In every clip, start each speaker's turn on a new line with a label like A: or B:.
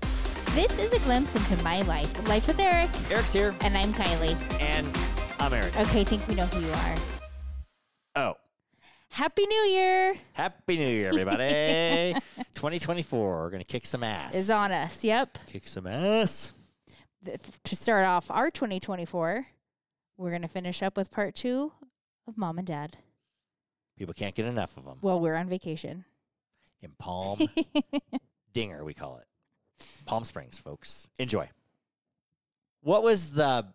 A: This is a glimpse into my life, Life with Eric,
B: Eric's here,
A: and I'm Kylie.
B: and I'm Eric.
A: Okay, I think we know who you are.
B: Oh,
A: Happy New Year
B: Happy New Year, everybody! 2024, we're gonna kick some ass.
A: is on us. Yep.
B: Kick some ass.
A: Th- To start off our 2024, we're going to finish up with part two of Mom and Dad.
B: People can't get enough of them.
A: Well, we're on vacation.
B: In Palm Dinger, we call it Palm Springs, folks. Enjoy. What was the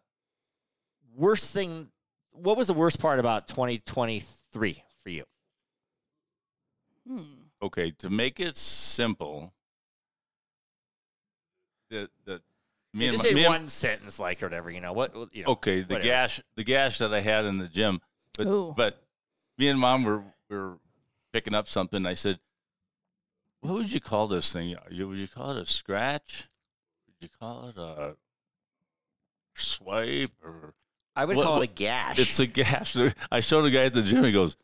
B: worst thing? What was the worst part about 2023 for you?
A: Hmm.
C: okay, to make it simple, the the me
B: You
C: and
B: just
C: my,
B: say
C: me and- Oh,
B: one sentence, like or whatever. You know what? what- You know,
C: okay, the
B: whatever.
C: gash the gash that I had in the gym, but
A: Ooh.
C: but me and mom were were picking up something. I said, "What would you call this thing? You- Would you call it a scratch? Would you call it a swipe or
B: I would
C: What-
B: call
C: what-
B: it a gash.
C: it's a gash?" I showed a guy at the gym. He goes,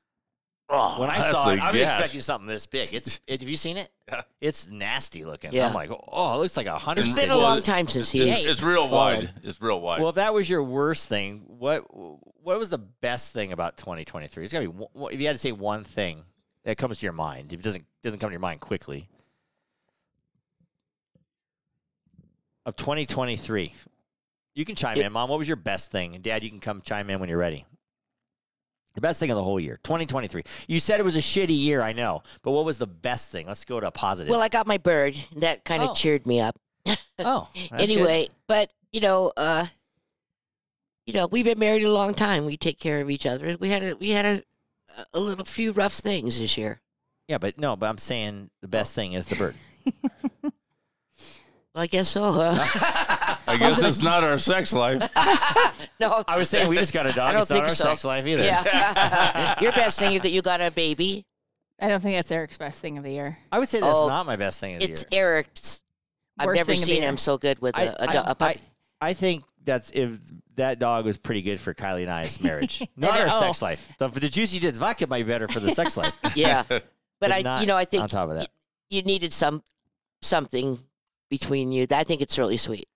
C: "Oh,
B: when I
C: that's
B: saw
C: a
B: it, I was
C: gash."
B: expecting something this big. It's it, have you seen it?
C: Yeah.
B: It's nasty looking.
D: Yeah.
B: I'm like, oh, it looks like a hundred.
D: It's been a
B: stitches.
D: long time since he.
C: It's, it's real
D: fallen.
C: wide. It's real wide.
B: Well, if that was your worst thing, what what was the best thing about 2023? It's got to be one- one- if you had to say one thing that comes to your mind. If it doesn't doesn't come to your mind quickly. Of 2023, you can chime
D: It-
B: in, Mom. What was your best thing? And Dad, you can come chime in when you're ready. The best thing of the whole year, 2023. You said it was a shitty year, I know, but what was the best thing? Let's go to a positive.
D: Well, I got my bird. That kind of
B: Oh.
D: cheered me up.
B: oh, that's good.
D: anyway, but you know, uh, you know, we've been married a long time. We take care of each other. We had a we had a a little few rough things this year.
B: yeah, but no, but I'm saying the best thing is the bird.
D: Well, I guess so, huh?
C: I guess it's not our sex life.
D: no.
B: I was saying we just got a dog.
D: I don't
B: it's not
D: think
B: our
D: so.
B: sex life either.
D: Yeah. Your best thing is that you got a baby.
A: I don't think that's Eric's best thing of the year.
B: I would say that's
D: Oh,
B: not my best thing of the
D: It's
B: year.
D: Eric's. I've
A: Worst
D: never
A: thing of the
D: seen
A: year.
D: him so good with
B: I-
D: a a do-
B: I-
D: a puppy.
B: I think that's if that dog was pretty good for Kylie and I's marriage, not our
D: oh.
A: know.
B: sex life. The, the juicy did vodka might be better for the sex life.
D: yeah, but I,
B: not
D: you know, I
B: on
D: think
B: top of that,
D: you needed some something between you. I think it's really sweet.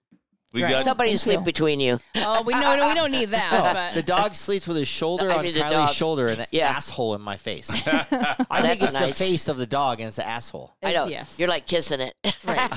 C: We
A: Right.
C: got
D: Somebody to
A: Thank
D: sleep
A: you.
D: between you.
A: Oh, we know we don't need
B: Oh,
A: that.
B: the dog sleeps with his shoulder
D: I
B: on
D: mean the
B: Kylie's
D: dog.
B: shoulder and an
D: Yeah.
B: asshole in my face. I think
D: That's
B: it's the
D: nice.
B: face of the dog and it's the asshole.
A: but
D: I know.
A: Yes.
D: You're like kissing it.
A: Right.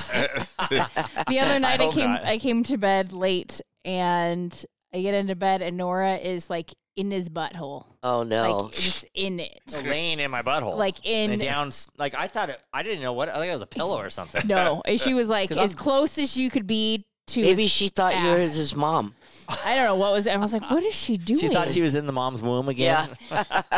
A: the other night I,
B: hope
A: came
B: not.
A: I came to bed late and I get into bed and Nora is like in his butthole.
D: oh no.
A: Like just in it.
B: Laying in my butthole,
A: Like in
B: and down, s- like I thought it. I didn't know what. I think it was a pillow or something.
A: No. And she was like
B: 'Cause
A: as
B: I'm-
A: close as you could be to
D: Maybe
A: his-
D: she thought you were
A: ass.
D: his mom.
A: I don't know what was I was like, what is she doing?
B: She thought she was in the mom's womb again.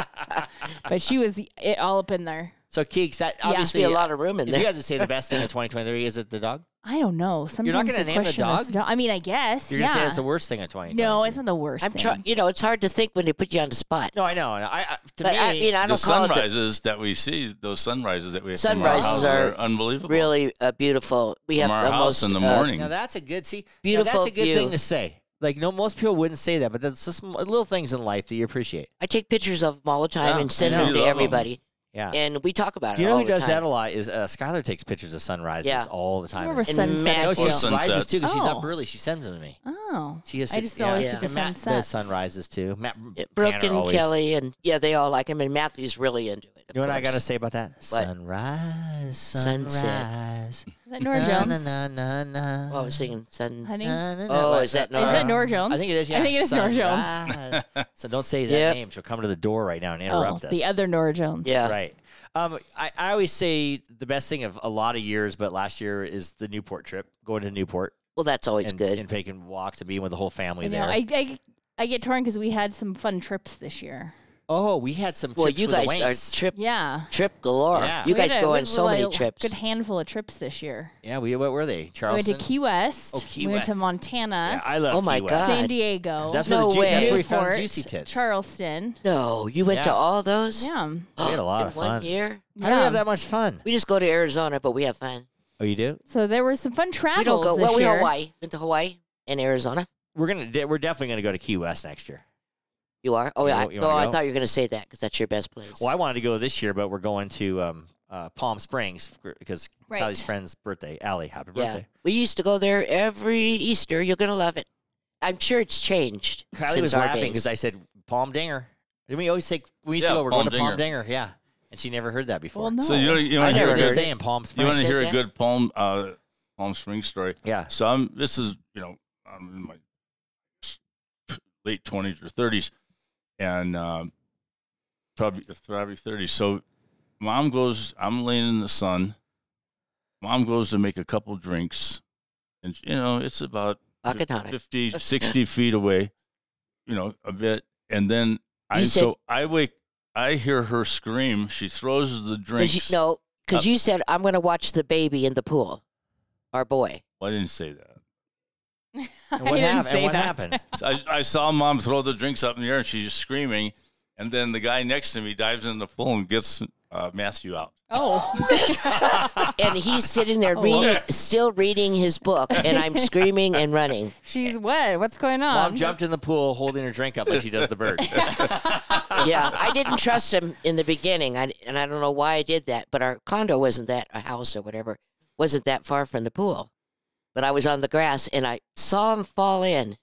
A: but she was it all up in there.
B: So Keeks, that
A: Yeah.
D: Must
B: obviously
D: be a lot of room in
B: If you
D: there.
B: had to say the best thing in 2023, is it the dog?
A: I don't know. Sometimes
B: gonna
A: the
B: name the
A: question is
B: dog?
A: dumb. I mean, I guess.
B: You're
A: yeah.
B: gonna say it's the worst thing in 2023.
A: no, it's not the worst.
D: I'm
A: thing.
D: trying. You know, it's hard to think when they put you on the spot.
B: No, I know. and I, I to
D: but
B: me,
D: I mean, I
C: the
D: don't call it
C: sunrises that we see. Those sunrises that we have
D: Sunrises
C: from our house
D: are
C: unbelievable.
D: really uh, beautiful. We
C: from
D: have
C: our
D: the
C: house
D: most
C: in the
D: uh,
C: morning.
B: now that's a good see. now
D: beautiful
B: that's a good
D: view.
B: thing to say. Like no, most people wouldn't say that, but that's just m- little things in life that you appreciate.
D: I take pictures of them all the time
B: Yeah,
D: and send
C: I know.
D: them
C: We
D: to
C: love 'em.
D: everybody,
B: Yeah.
D: and we talk about
B: Do you
D: it.
B: know
D: all
B: who
D: the
B: does that
D: time.
B: a lot? Is uh, Skylar takes pictures of sunrises
D: Yeah.
B: all the time.
A: Or
B: And-
D: And
A: sunset.
D: mad
B: No, she
C: Or
B: has rises
C: sunsets.
B: too because she's up
A: Oh.
B: early. She sends them to me.
A: Oh.
B: She has.
A: I just always think
B: And
A: of
B: Matt does
A: sunsets.
B: sunrises too. Matt,
D: Yeah, Brooke
B: Tanner
D: and
B: always-
D: Kelly, and yeah, they all like him. And Matthew's really into it. of
B: You know what I
D: course.
B: gotta say about that? Sunrise,
D: Sunset.
B: sunrise.
A: Is that Nora Jones?
B: Na, na, na,
D: Well, I was singing Sun.
A: Honey?
D: Oh, is that
A: Is that
D: Uh,
A: Nora Jones?
B: I think it is. Yeah.
A: I think it is Nora Jones.
B: Jones. so don't say that
D: Yep.
B: name. She'll come to the door right now and
A: Oh,
B: interrupt us.
A: the other Nora Jones.
D: Yeah.
B: Right. Um, I, I always say the best thing of a lot of years, but last year is the Newport trip, going to Newport
D: Well, that's always
B: and,
D: good.
B: and taking walks and being with the whole family
A: I know.
B: there.
A: I, I, I get torn because we had some fun trips this year.
B: oh, we had some.
D: well,
B: trips
D: you
B: with the
D: guys
B: Wanks.
D: are trip
A: Yeah.
D: trip galore.
B: Yeah.
D: You
A: We
D: guys
A: had a-
D: go
A: we
D: on
A: had
D: so
A: like
D: many
A: a
D: trips.
A: Good handful of trips this year.
B: Yeah, we what were they?
A: We went
B: Charleston.
A: to Key West.
B: Oh,
A: we
B: Key
A: went
B: West.
A: to Montana,
B: Yeah, I love.
D: Oh my
B: Key West.
D: God.
A: San Diego,
B: That's where
D: No
B: the ju- that's
D: way.
B: where we found
A: Newport,
B: juicy tits.
A: Charleston.
D: No, you went to
B: Yeah.
D: all those.
A: Yeah.
B: We had a lot
D: in
B: of
D: one
B: fun.
D: year.
B: How do we
A: Yeah.
B: have that much fun?
D: We just go to Arizona, but we have fun.
B: Oh, you do?
A: So there were some fun travels.
D: We don't go.
A: this
D: Well, we
A: year.
D: Hawaii. Went to Hawaii and Arizona.
B: We're gonna. de- We're definitely gonna go to Key West next year.
D: You are. Oh
B: You
D: yeah.
B: wa- you
D: no,
B: wanna
D: I
B: go?
D: thought you were going to say that because that's your best place.
B: Well, I wanted to go this year, but we're going to um, uh, Palm Springs f- because
A: Right.
B: Callie's friend's birthday. Allie, happy
D: Yeah.
B: birthday.
D: We used to go there every Easter. You're going to love it. I'm sure it's changed.
B: Kylie
D: since
B: was
D: our
B: laughing because
D: days.
B: I said Palm Dinger. Did we always say we used to
C: Yeah,
B: go? We're
C: Palm
B: going to Palm Dinger. Yeah, and she never heard that before.
A: Well, no.
C: So you don't, you don't
D: I
C: hear
D: never
C: a
B: Just
D: heard
C: good,
D: it.
B: saying Palm
C: you want
B: Springs.
C: to hear
D: Yeah.
C: a good Palm uh, Palm Springs story.
B: yeah,
C: So I'm. This is you know I'm in my late twenties or thirties, and um, probably probably thirties. So mom goes. I'm laying in the sun. Mom goes to make a couple drinks, and you know it's about
D: Bucket hunting.
C: 50, 60 feet away, you know, a bit. And then I
D: You said-
C: so I wake. I hear her scream. She throws the drinks.
D: Because you, no,
B: Oh.
D: because you said, I'm going to watch the baby in the pool, our boy.
C: Oh, I didn't say that.
A: I
B: And what
A: didn't
B: hap- and
A: say
B: what
A: that.
B: happened?
C: So I, I saw mom throw the drinks up in the air and she's screaming. And then the guy next to me dives in the pool and gets uh, Matthew out.
A: Oh.
D: And he's sitting there
A: Oh,
D: reading,
C: wow.
D: still reading his book, and I'm screaming and running.
A: She's what? What's going on?
B: Mom jumped in the pool holding her drink up like she does the bird.
D: Yeah, I didn't trust him in the beginning, I, and I don't know why I did that. But our condo wasn't that a house or whatever wasn't that far from the pool. But I was on the grass and I saw him fall in,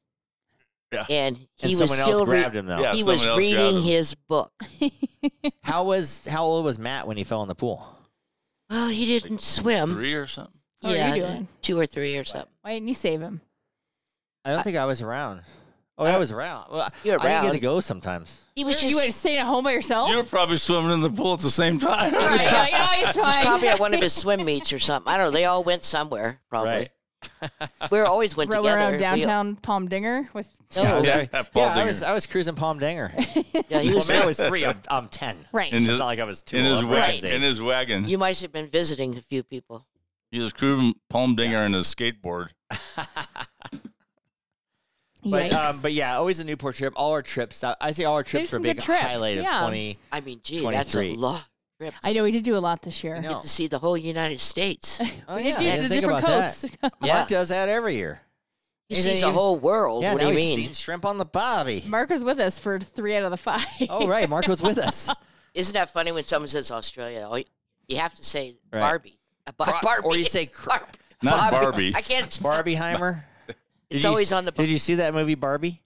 C: Yeah.
D: and he
B: and
D: was
B: someone
D: still
B: else
D: re-
B: grabbed him though.
C: Yeah.
D: he
C: someone
D: was
C: else grabbed
D: reading
C: him.
D: his book.
B: How was how old was Matt when he fell in the pool?
D: Well, he didn't swim.
C: Three or something.
A: How are you
D: yeah,
A: doing?
D: two or three or something.
A: Why didn't you save him?
B: I don't think I was around. Oh, I, was around. Well,
D: You're
B: I didn't get
D: around.
B: to go sometimes.
D: He was
A: you
D: just
A: would have stayed at home by yourself?
D: oh.
C: You were probably swimming in the pool at the same time.
A: Right, like, oh, it's fine.
D: probably at one of his swim meets or something. I don't know. They all went somewhere probably. We were always went
A: Roll
D: together.
A: around
D: We-
A: downtown Palm Dinger with
D: no,
B: Yeah,
C: Yeah, Paul
B: yeah, I
C: Dinger.
B: was I was cruising Palm Dinger.
D: yeah, he
B: well,
D: was.
B: Matt was three. I'm, I'm ten.
A: right.
C: In
B: It's
C: his-
B: not like I was two.
C: in his
B: I'm
C: wagon.
B: Ramsey.
C: In his wagon.
D: You might have been visiting a few people.
C: He was crewing Palm Dinger and his skateboard.
B: But
A: Yikes.
B: um, but yeah, always a Newport trip. All our trips. I, I say all our trips
A: some
B: were a big
A: good trips,
B: highlight
A: yeah.
B: of twenty.
D: I mean, gee, that's a
B: 23.
D: lot. Trips.
A: I know we did do a lot this year.
B: I know.
D: to see the whole United States.
B: Oh,
A: We did
B: I
A: do
B: didn't
A: the
B: think
A: different
B: about
A: coasts.
B: That.
D: Yeah.
B: Mark does that every year.
D: He
B: Is it
D: sees the
B: you-
D: whole world.
B: yeah,
D: what do
B: now
D: you
B: he's
D: mean?
B: Seen shrimp on the bobby.
A: Mark was with us for three out of the five.
B: oh right, Mark was with us.
D: Isn't that funny when someone says Australia? Oh, you have to say
B: Right.
D: Barbie. A Bar- Barbie.
B: or you say cr-
D: Barb-
C: Not Barbie.
D: I can't.
B: Barbieheimer. Did
D: It's
B: you
D: always
B: s-
D: on the-
B: Did you see that movie Barbie?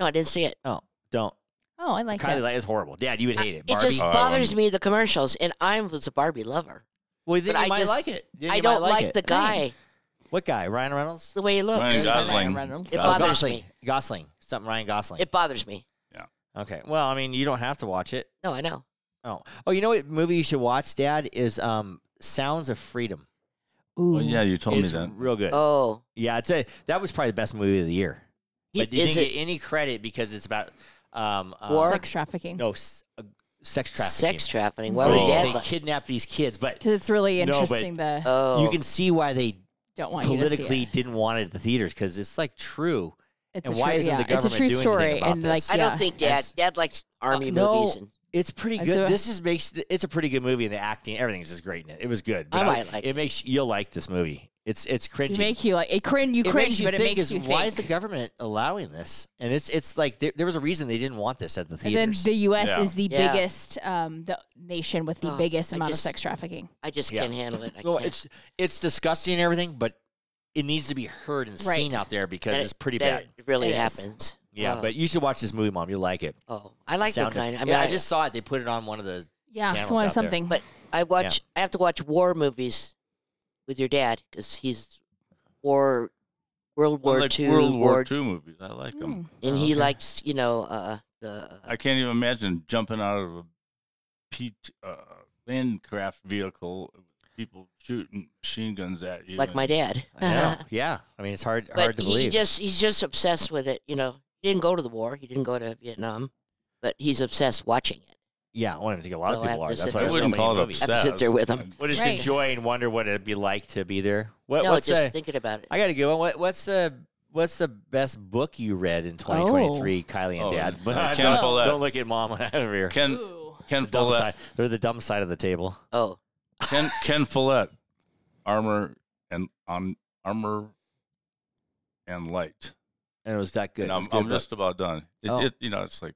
D: No, I didn't see it.
B: Oh, don't.
A: Oh, I like
B: Kylie,
A: that.
B: like, it's horrible. Dad, you would hate it.
D: It
B: Barbie.
D: just
C: Oh, I
D: bothers
C: wouldn't.
D: me the commercials, and I was a Barbie lover.
B: well, then
D: but
B: you
D: I
B: might
D: just-
B: like it. Then
D: I
B: you might
D: don't
B: like
D: like,
B: it.
D: the guy,
B: What guy? Ryan Reynolds.
D: the way he looks.
C: Ryan Gosling.
A: Reynolds.
D: It
A: It
B: Oh,
D: bothers
B: Gosling.
D: me.
B: Gosling. Something Ryan Gosling.
D: It bothers me.
B: okay. Well, I mean, you don't have to watch it.
D: No, I know.
B: Oh. Oh, you know what movie you should watch, Dad? Is um Sounds of Freedom.
A: Ooh.
C: Well, Oh, yeah, you told
B: it's
C: me that.
B: real good.
D: Oh,
B: Yeah, it's a that was probably the best movie of the year.
D: he,
B: but you
D: is
B: didn't
D: it
B: get any credit because it's about um uh,
D: War?
A: Sex trafficking.
B: no s- uh, sex trafficking.
D: sex trafficking? Why
B: Where
D: would
C: Oh.
D: dad?
B: they, they
D: like-
B: kidnap these kids, but
A: Because it's really
B: No, but-
A: interesting. the
D: Oh,
B: you can see why they
A: don't want you to see it.
B: politically didn't want it at the theaters because it's like true.
A: It's
B: and
A: a
B: why
A: true,
B: isn't
A: yeah,
B: the
A: It's a
B: government
A: true
B: doing
A: story.
B: anything about
A: and
B: this?
A: like,
D: I
A: yeah.
D: don't think dad.
B: That's- Uh,
D: Dad likes army
B: no.
D: movies, and
B: It's pretty
A: I
B: good.
A: see-
B: This is makes it's a pretty good movie, and the acting, everything's just great in it. It was good. but
D: I might like
B: it.
D: it.
B: Makes you'll like this movie. It's it's cringy.
A: You make you like it cringe. You
B: it
A: cringe,
B: makes you
A: but it
B: think
A: makes
B: is
A: you think.
B: why is the government allowing this? And it's it's like there, there was a reason they didn't want this at the
A: and then
B: theaters.
A: the U.S.
C: Yeah.
A: is the
D: Yeah.
A: biggest, um, the nation with the
D: Ugh,
A: biggest
D: I
A: amount
D: just-
A: of sex trafficking.
D: I just
B: Yeah.
D: can't handle it. I
B: no,
D: can't.
B: it's it's disgusting and everything, but it needs to be heard and
A: Right.
B: seen out there because
D: That-
B: it's pretty
D: that
B: bad.
D: It really
A: It is.
D: happens.
B: yeah,
D: Oh.
B: but you should watch this movie, Mom. You'll like it.
D: Oh, I like
B: Sound
D: that kind.
B: Of,
D: I mean,
B: yeah, I just saw it. They put it on one of those.
A: Yeah,
B: Channels
A: it's one of
B: out there.
A: something.
D: But I watch. I have to watch war movies with your dad because he's war, World
C: I
D: War
C: like
D: Two, Hmm.
C: World War II movies. I like them.
A: Mm.
D: and
B: Oh,
D: he
B: okay.
D: likes you know uh, the.
C: I can't even imagine jumping out of a P- uh, landcraft vehicle, with people shooting machine guns at you.
D: like my dad,
B: Yeah, yeah. I mean, it's hard hard
D: but
B: to
D: he
B: believe.
D: just he's just obsessed with it. You know, he didn't go to the war. He didn't go to Vietnam, but he's obsessed watching it.
B: yeah, well, I think a lot
D: No,
B: of
D: I
B: people
D: have
B: are.
D: to
B: That's
D: sit
B: why
C: I
D: there.
B: there's so
C: wouldn't
B: many
C: call it
B: movies.
D: I'd sit there with him.
B: Well, just
A: Right.
B: enjoy and wonder what it'd be like to be there. What,
D: no,
B: what's
D: just
B: the,
D: thinking about it.
B: I got to go. What, what's the what's the best book you read
D: Oh.
B: in 2023, Kylie and
C: Oh,
B: Dad?
C: I can't
B: don't,
C: pull that.
B: don't look at Mom over here.
C: Ken
A: Ooh.
C: Ken
B: Dumb
C: Follett,
B: side. They're the dumb side of the table.
D: oh,
C: Ken Ken Follett, armor and on armor and light.
B: And it was that good.
C: And
B: It
C: I'm,
B: was good
C: I'm
B: book.
C: just about done. It,
B: Oh.
C: it, you know, it's like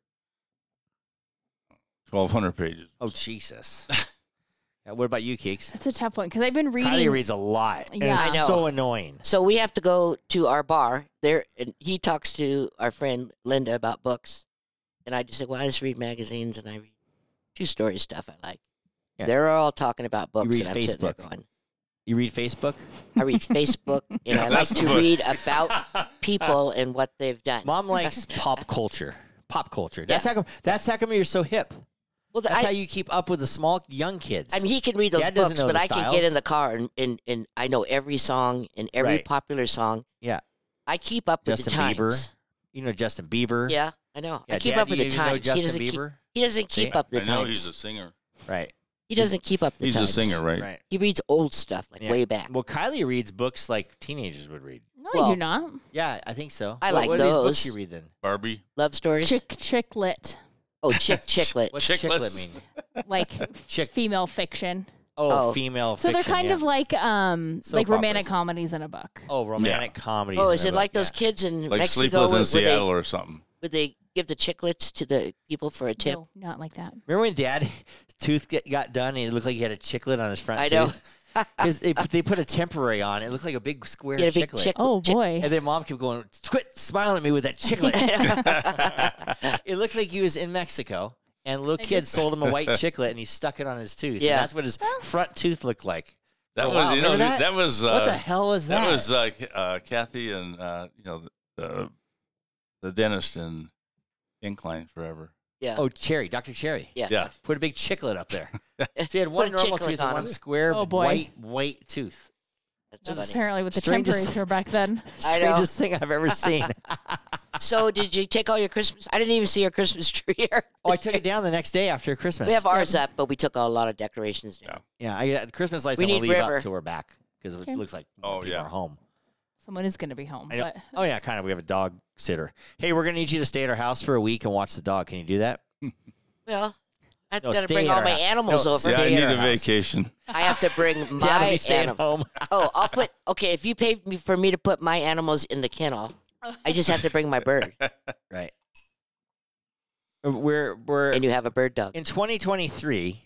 C: twelve hundred pages.
B: oh Jesus. Uh, What about you, Keeks?
A: That's a tough one because I've been reading.
B: Kylie reads a lot. and
A: Yeah.
B: it's
D: I know.
B: so annoying.
D: So we have to go to our bar there, and he talks to our friend Linda about books, and I just said, "Well, I just read magazines and I read true story stuff I like."
B: Yeah.
D: They're all talking about books,
B: read
D: and I'm sitting there
B: Facebook.
D: going,
B: You read Facebook?
D: "I read Facebook, and
C: Yeah,
D: I like
C: that's the
D: to
C: book.
D: read about people and what they've done."
B: Mom likes pop culture. Pop culture. That's how come. That's how come you're so hip.
D: well,
B: That's
D: I,
B: how you keep up with the small young kids.
D: I mean, he can read those
B: Dad doesn't
D: books,
B: know
D: but
B: the
D: I can get
B: styles.
D: in the car and, and, and I know every song and every
B: Right.
D: popular song.
B: Yeah.
D: I keep up with the
B: Justin
D: times.
B: Bieber. you know Justin Bieber.
D: Yeah, I know.
B: Yeah,
D: I keep
B: Dad,
D: up with
B: you
D: the
B: even know
D: times. he
B: Justin
D: doesn't keep.
B: Bieber.
D: He doesn't keep
B: See?
D: up the
C: I know
D: times.
C: he's a singer.
B: Right.
D: he doesn't keep up the
C: He's a
D: times.
C: singer, right?
B: Right.
D: He reads old stuff like
B: Yeah.
D: way back.
B: Well, Kylie reads books like teenagers would read.
A: no,
D: well,
A: you're not.
B: Yeah, I think so.
D: I
B: what,
D: like
B: what Are these books
D: those.
B: you read then?
C: Barbie.
D: Love stories.
A: Chick chicklet,
D: Oh, chick chicklet.
B: What's chicklet
C: Chicklets.
B: mean?
A: like
B: Chick.
A: female fiction.
B: Oh,
D: Oh.
B: female.
A: So they're
B: fiction,
A: kind
B: yeah.
A: of like um
B: Soap
A: like romantic
B: operas.
A: comedies in a book.
B: Oh, romantic comedy.
D: oh, is it like those kids in
C: Like
D: Mexico
C: Sleepless
D: where,
C: in
D: where
C: Seattle
D: they
C: or something.
D: would they give the chiclets to the people for a tip?
A: No, not like that.
B: Remember when Dad tooth get, got done and it looked like he had a chicklet on his front
D: I
B: tooth?
D: know.
B: Because they, put- they put a temporary on. It looked like a big square
D: Get a big
B: chicklet.
D: chick.
A: Oh
D: chick-
A: boy.
B: And then mom kept going, quit smiling at me with that chicklet. it looked like he was in Mexico and little
A: I
B: kid
A: just-
B: sold him a white chicklet and he stuck it on his tooth. And
D: Yeah.
B: that's what his front tooth looked like.
C: That
B: Oh,
C: was,
B: wow,
C: you know,
B: remember
C: that, that was. Uh,
B: what the hell was that?
C: That was uh, uh, Kathy and uh, you know the the dentist in Incline Forever.
D: yeah.
B: oh, Cherry, Dr. Cherry.
D: yeah.
C: Yeah,
B: Put a big chicklet up there. so he had one
D: a
B: normal
D: chicklet
B: tooth and
D: on
B: one
D: him.
B: square
A: Oh, boy.
B: white, white tooth.
D: That's
A: That's
D: funny.
A: apparently what the
B: Strangest-
A: temporaries were back then.
D: I know.
B: Strangest thing I've ever seen.
D: So, did you take all your Christmas? I didn't even see your Christmas tree here.
B: oh, I took it down the next day after Christmas.
D: We have ours up, but we took a lot of decorations down.
C: Yeah.
B: yeah, I, uh, the Christmas lights
D: We
B: I'm gonna
D: need
B: leave
D: river.
B: up till we're back because it
A: Okay.
B: looks like
C: Oh,
B: people
C: yeah.
B: are home.
A: Someone is going to be home.
B: I know.
A: But
B: Oh yeah, kind of. We have a dog sitter. Hey, we're gonna need you to stay at our house for a week and watch the dog. Can you do that?
D: Well, I've
B: No,
D: got to
B: stay
D: bring
B: at
D: all
B: our
D: my
B: house.
D: animals
B: No,
D: over.
B: stay-
C: yeah. I
B: Day
C: need
B: at our
C: a
B: house.
C: vacation.
D: I have to bring
B: Dad will
D: my
B: be staying
D: animals.
B: home.
D: Oh, I'll put okay. If you pay me for me to put my animals in the kennel, I just have to bring my bird,
B: right. Uh, We're we're
D: and you have a bird dog.
B: in 2023.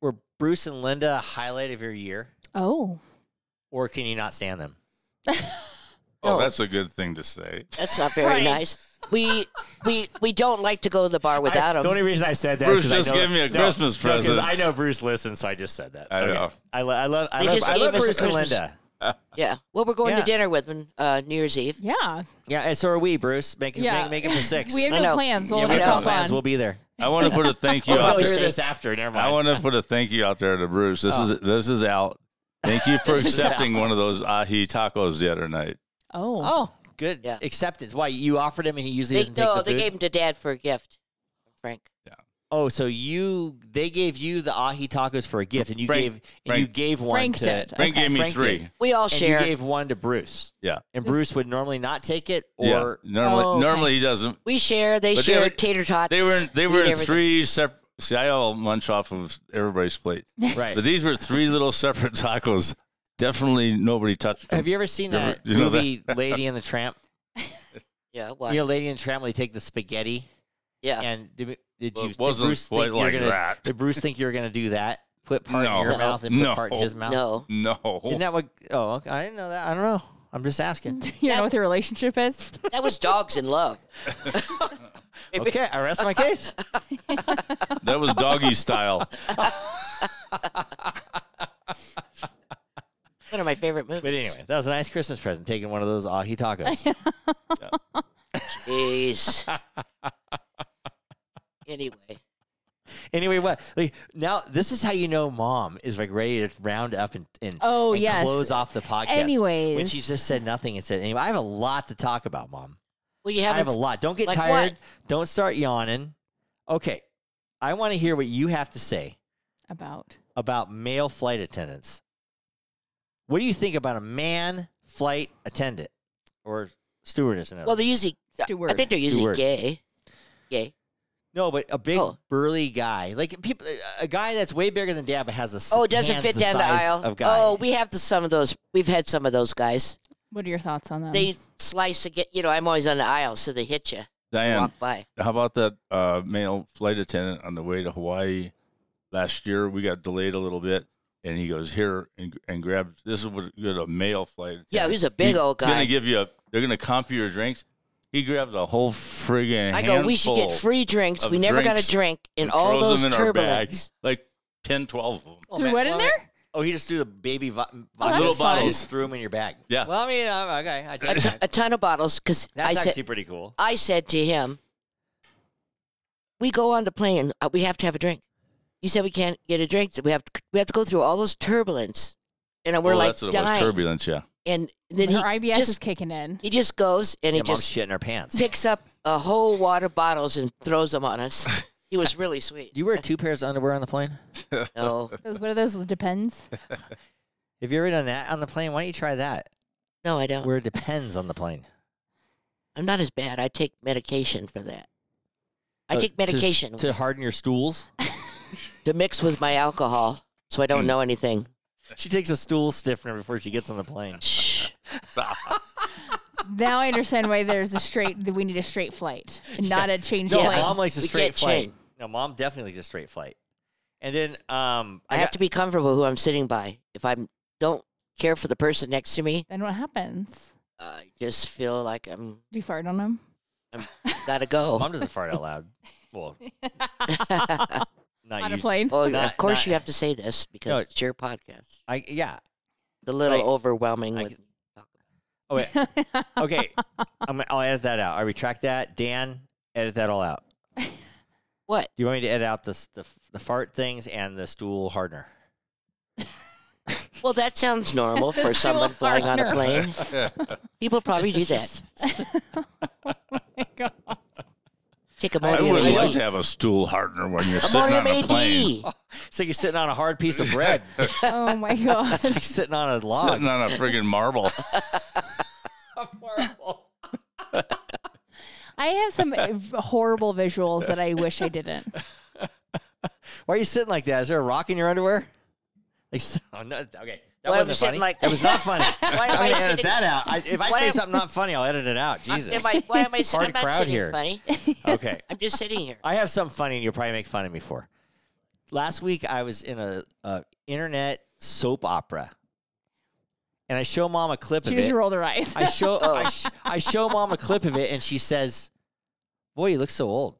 B: Were Bruce and Linda a highlight of your year,
A: oh,
B: or can you not stand them?
C: Oh,
D: No.
C: that's a good thing to say.
D: That's not very
A: Right.
D: nice. We we we don't like to go to the bar without
B: I, the
D: him.
B: only reason I said that is
C: Bruce
B: 'cause I
C: just
B: know-
C: gave me a
B: no,
C: Christmas
B: no, 'cause
C: present.
B: I know Bruce listens, so I just said that.
C: I
B: Okay.
C: know.
B: I, lo- I love. I
D: They
B: love.
D: just
B: I
D: gave
B: love
D: us a
B: Bruce and
D: Christmas-
B: Linda.
D: Yeah. Well, we're going
B: Yeah.
D: to dinner with him uh, New Year's Eve.
A: yeah.
B: Yeah, and so are we, Bruce. Make it,
A: Yeah.
B: make, make it for six.
A: We have
D: I
A: no
D: know.
A: plans. We'll
B: yeah, we
A: just
B: got
D: have no
A: have
D: have
B: plans.
A: fun.
B: We'll be there.
C: I want to put a thank you
B: We'll
C: out
B: probably
C: there.
B: hear this after. Never mind.
C: I want to put a thank you out there to Bruce. This is this is Al. Thank you for
B: Oh. This is
C: accepting one of those ahi tacos the other night.
A: oh.
B: Oh, good
D: Yeah.
B: acceptance. Why you offered him and he usually
D: They,
B: doesn't take
D: no,
B: the
D: they
B: food?
D: gave him to Dad for a gift. Frank.
B: oh, so you they gave you the ahi tacos for a gift, and you
C: Frank-
B: gave and
C: Frank-
B: you gave one
A: Frank
B: to
A: did.
C: Frank
A: Okay.
C: gave me
B: Frank
C: three.
B: did.
D: We all
B: and
D: share.
B: you gave one to Bruce,
C: Yeah.
B: and Bruce would normally not take it,
C: yeah.
B: or
C: Normally,
A: Oh, okay.
C: normally he doesn't.
D: we share. They
C: But they
D: share
C: were-
D: tater tots.
C: They were in, they
D: We
C: were in
D: never-
C: three separate. See, I all munch off of everybody's plate.
B: right.
C: But these were three little separate tacos. Definitely nobody touched them.
B: Have you ever seen
C: You
B: that
C: know that-
B: movie Lady and the Tramp?
D: Yeah. What?
B: You know, Lady and the Tramp, where they take the spaghetti
D: yeah.
B: and did, did
C: Uh, Well,
B: you
C: it
B: did
C: wasn't
B: Bruce
C: quite
B: think you were
C: like
B: gonna,
C: that.
B: Did Bruce think you were gonna do that? Put part
C: No.
B: in your
C: No.
B: mouth and put
C: No.
B: part in his mouth.
D: No.
C: No.
B: Isn't that what? Oh, okay. I didn't know that. I don't know. I'm just asking.
A: you know what their relationship is?
D: That was dogs in love.
B: Okay, I rest my case.
C: That was doggy style.
D: One of my favorite movies.
B: But anyway, that was a nice Christmas present. Taking one of those ahi tacos.
D: Jeez. anyway.
B: anyway, what? Like now, this is how you know mom is like ready to round up and and,
A: Oh,
B: and
A: yes.
B: close off the podcast.
A: Anyways.
B: when she just said nothing and said anyway, I have a lot to talk about, mom.
D: Well, you
B: I have
D: haven't.
B: a lot. Don't get
D: Like
B: tired.
D: what?
B: Don't start yawning. Okay, I want to hear what you have to say
A: About.
B: about male flight attendants. What do you think about a man flight attendant or stewardess? in other
D: well, they're usually. uh, I
A: Steward.
D: think they're usually
B: Steward.
D: gay. Gay.
B: No, but a big
D: Oh.
B: burly guy, like people, a guy that's way bigger than Dad, but has a s-
D: Oh, it doesn't
B: hands
D: fit
B: the
D: down the
B: size
D: aisle.
B: Of guy.
D: oh, we have the, some of those. We've had some of those guys.
A: What are your thoughts on
B: Um,
A: that?
D: They slice again. You know, I'm always on the aisle, so they hit you.
C: Diane,
D: Walk by.
C: how about that uh, male flight attendant on the way to Hawaii last year we got delayed a little bit, and he goes here and, and grabs. This is what you know, a male flight.
D: Yeah, he's a big old
C: Gonna
D: guy.
C: give you. A, they're gonna comp you your drinks. He grabs a whole friggin'
D: I go, we should get
C: handful
D: free drinks.
C: of
D: We never got
C: drinks
D: a drink in
C: and
D: all
C: throws
D: those
C: them in our bag.
D: turbulence.
C: Like 10, 12 of them.
B: Oh,
A: Threw
B: man.
A: what in
B: Well,
A: there? Oh,
B: Oh, he just threw the baby vo-
A: that's
B: little
A: fun.
B: bottles, threw them in your bag.
C: Yeah.
B: Well, I mean, i okay, I
D: A
B: did
D: t-
B: that.
D: a ton of bottles because I
B: That's
D: said
B: actually pretty cool.
D: I said to him, "We go on the plane. uh, We have to have a drink." You said we can't get a drink. so We have to, we have to go through all those turbulence, and we're
C: Well,
D: like
C: Oh, that's what it was.
D: dying.
C: Turbulence. Yeah.
D: and then
A: Her
D: he
A: IBS
D: just
A: is kicking in.
D: he just goes and
B: Yeah,
D: he
B: mom's
D: just
B: shit in her pants.
D: picks up a whole water bottles and throws them on us. he was really sweet.
B: Do you wear two pairs of underwear on the plane?
D: No,
A: Those, what are those? Depends.
B: Have you ever done that on the plane? Why don't you try that?
D: no, I don't.
B: Where it depends on the plane.
D: I'm not as bad. I take medication for that. I
B: Uh,
D: take
B: to s-
D: medication
B: to harden your stools.
D: to mix with my alcohol, so I
B: Mm.
D: don't know anything.
B: She takes a stool stiffener before she gets on the plane.
D: Shh.
A: now I understand why there's a straight. that We need a straight flight, and not a change
B: No,
A: flight.
B: mom likes a
D: We
B: straight
D: can't
B: flight.
D: change.
B: No, mom definitely likes a straight flight. And then um,
D: I have to be comfortable who I'm sitting by. If I don't care for the person next to me,
A: Then what happens?
D: I just feel like I'm
A: Do you fart on them?
D: gotta go.
B: Mom doesn't fart out loud. Well, not
A: on a
B: usually.
A: plane?
D: oh,
B: Not-
D: of course
B: not-
D: you have to say this because
B: No.
D: it's your podcast.
B: I yeah.
D: The little
B: I-
D: overwhelming.
B: I
D: with,
B: Oh wait. Okay. I'm, I'll edit that out. I retract that. Dan, edit that all out.
D: what?
B: Do you want me to edit out the s- the, f- the fart things and the stool hardener?
D: Well, that sounds normal for
A: This
D: someone
A: little
D: flying on a
A: partner.
D: plane. People probably do that.
A: my God.
D: Take
C: I
D: ammonium
C: would love to
D: AD.
C: have a stool hardener when you're sitting
D: Ammonium
C: on a plane.
D: AD.
B: It's like you're sitting on a hard piece of bread. It's
A: Oh my god.
B: like you're sitting on a
C: Sitting
B: log.
C: on a friggin' marble.
A: I have some uh, v- horrible visuals that I wish I didn't.
B: Why are you sitting like that? Is there a rock in your underwear? Like, s- oh, no, okay. That
D: Why am I
B: wasn't
D: sitting
B: funny.
D: like-
B: that was not funny.
D: Why am
B: I'm
D: I
B: gonna edit
D: sitting-
B: that out. I, if I
D: Why
B: say
D: am-
B: something not funny, I'll edit it out. Jesus.
D: Am I, why am I sitting?
B: Hard
D: I'm not
B: crowd
D: sitting
B: here.
D: funny.
B: okay.
D: I'm just sitting here.
B: I have something funny, and you'll probably make fun of me for. Last week, I was in a, a internet soap opera, and I show mom a clip
A: She
B: of
A: just
B: it.
A: rolled her eyes.
B: I show I, sh- I show mom a clip of it, and she says, "Boy, you look so old."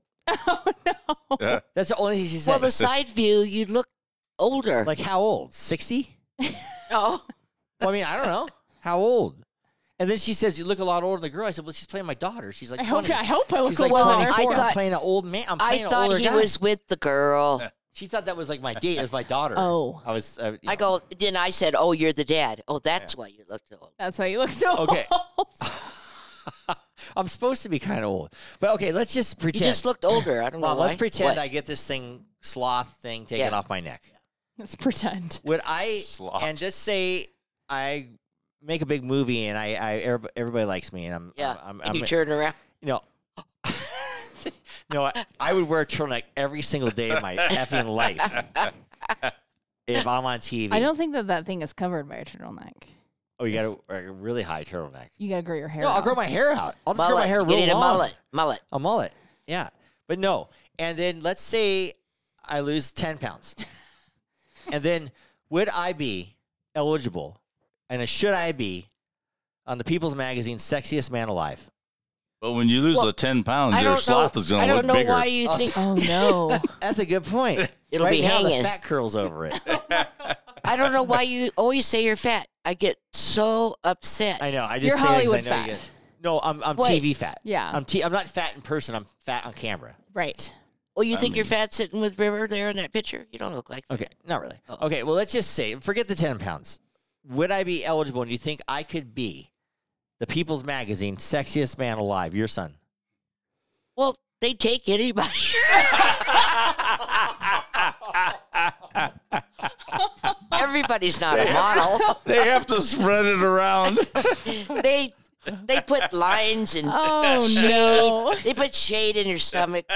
C: Yeah.
B: That's the only thing she said.
D: Oh, Well, the side view, you look older.
B: like how old? Sixty?
D: oh,
B: Well, I mean, I don't know how old. And then she says, "You look a lot older than the girl." I said, "Well, she's playing my daughter. She's like
A: I hope
B: 20."
A: I hope I look
B: She's like
D: Well, I
B: 24. I'm
D: thought-
B: playing an old man. I'm
D: I
B: playing an
D: thought
B: older
D: he
B: guy.
D: was with the girl.
B: She thought that was like my date. It was my daughter.
A: Oh.
B: I was. Uh, you
D: I
B: know.
D: go, then I said, oh, you're the dad. Oh, that's why you looked old.
A: That's why you look so
B: Okay.
A: old.
B: I'm supposed to be kind of old, but okay. Let's just
D: You
B: pretend.
D: just looked older. I don't know
B: Mom,
D: why.
B: let's pretend
D: What?
B: I get this thing sloth thing taken
D: Yeah.
B: off my neck.
A: Let's pretend.
B: Would I
C: Sloth.
B: and just say I make a big movie and I, I everyb- everybody likes me and I'm
D: yeah.
B: I'm, I'm,
D: and
B: I'm
D: you turn around.
B: you know. no, I, I would wear a turtleneck every single day of my effing life if I'm on TV.
A: I don't think that that thing is covered by a turtleneck.
B: oh, you got to wear a really high turtleneck.
A: You gotta grow your hair.
B: No, I'll
A: out.
B: grow my hair out. I'll just grow my
D: Mullet.
B: hair
D: You
B: real
D: need a
B: long.
D: mullet. Mullet.
B: A mullet. Yeah. But no. And then let's say I lose 10 pounds. and then would I be eligible and should I be on the People's Magazine Sexiest Man Alive?
C: But when you lose
D: Well,
C: the 10 pounds,
D: I
C: your
D: don't know.
C: sloth is going
D: I
C: to look
D: don't know
C: bigger.
D: why you think.
A: Oh no.
B: That's a good point.
D: It'll
B: right
D: be
B: now,
D: hanging.
B: the fat curls over it.
D: I don't know why you always say you're fat. I get so upset.
B: I know. I just
A: You're
B: say it 'cause
A: Hollywood
B: I know
A: fat.
B: You get, no, I'm, I'm
D: Wait.
B: TV fat.
A: Yeah.
B: I'm, t- I'm not fat in person. I'm fat on camera.
A: right.
D: Oh, you
C: I
D: think you're
C: mean- Uh,
D: fat sitting with River there in that picture? You don't look like.
B: Okay, not really.
D: Oh.
B: Okay, well, let's just say, forget the 10 pounds. Would I be eligible, and you think I could be the People's Magazine Sexiest Man Alive, your son?
D: Well, they take anybody. Everybody's not a model.
C: They have to spread it around.
D: They they put lines and
A: Oh
D: shade.
A: no.
D: They put shade in your stomach.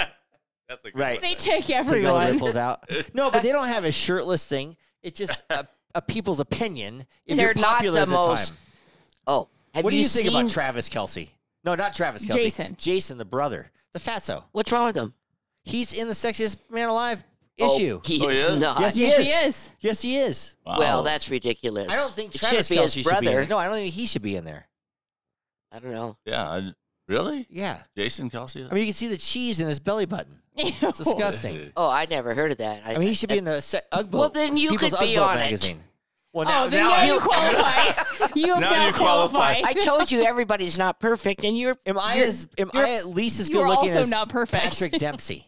B: Right.
A: They take
B: Take all the
A: everyone.
B: ripples out. No, but they don't have a shirtless thing. It's just a, a people's opinion. If you're
D: They're not
B: popular
D: the
B: at the
D: most-
B: Time.
D: Oh, have
B: What do you, think
D: seen
B: about Travis Kelsey? No, not Travis Kelsey.
A: Jason.
B: Jason, the brother, the fatso.
D: what's wrong with them?
B: He's in the Sexiest Man Alive issue.
D: He's
C: Oh, yeah?
D: not.
B: Yes, he
A: yes,
B: is.
A: he is.
B: Yes, he is.
C: Wow.
D: Well, that's ridiculous.
B: I don't think
D: it
B: Travis
D: should be
B: Kelce
D: his
B: should be in
D: brother.
B: there. No, I don't think he should be in there.
D: I don't know.
C: yeah. I- really,
B: Yeah.
C: Jason Kelsey?
B: I mean, you can see the cheese in his belly button. It's disgusting.
D: Oh, I never heard of that.
B: I mean, he should be in the se- Ugg
D: Well,
B: boat-
D: then you
B: People's
D: could be
B: Ugg boat
D: on it.
B: magazine. Well,
A: oh, then now
B: I-
A: you qualify. You have now,
C: Now you qualify.
A: qualified.
D: I told you everybody's not perfect, and you're
B: am I
D: you're-
B: as am
D: you're-
B: I at least as
A: you
B: good
A: are
B: looking
A: also
B: as
A: not perfect.
B: Patrick Dempsey?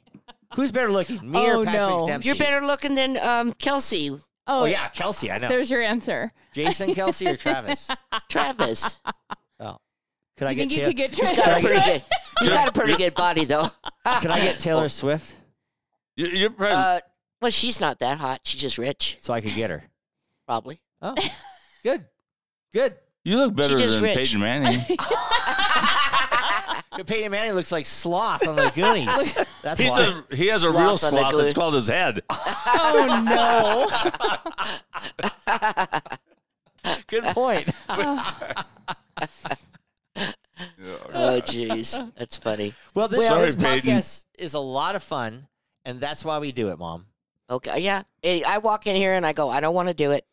B: Who's better looking, me
A: Oh,
B: or Patrick
A: no.
B: Dempsey?
D: you're better looking than um, Kelsey
A: oh,
B: Oh yeah, Kelsey. I know.
A: There's your answer.
B: Jason Kelsey or Travis?
D: Travis.
B: Could I
A: You
B: get
A: think you
B: Taylor?
A: could get
D: He's got a pretty
A: Travis?
D: good. He's got a pretty good body though.
B: could I get Taylor Swift
C: You, you're probably,
D: Uh, well, she's not that hot. She's just rich,
B: so I could get her?
D: probably.
B: Oh, good, good.
C: you look better
D: just
C: than
D: rich.
C: Peyton Manning.
B: But Peyton Manning looks like sloth on the Goonies. That's
C: He's
B: why.
C: a, he has a real
D: Sloth on the
C: slop
D: glue.
C: that's called his head.
A: oh no.
B: good
D: Uh,
B: point.
D: Oh, jeez, that's funny.
B: Well, this,
D: Well-
B: this
C: Sorry, Peyton.
B: podcast is a lot of fun, and that's why we do it, Mom.
D: Okay, yeah. Hey, I walk in here and I go, I don't want to do it.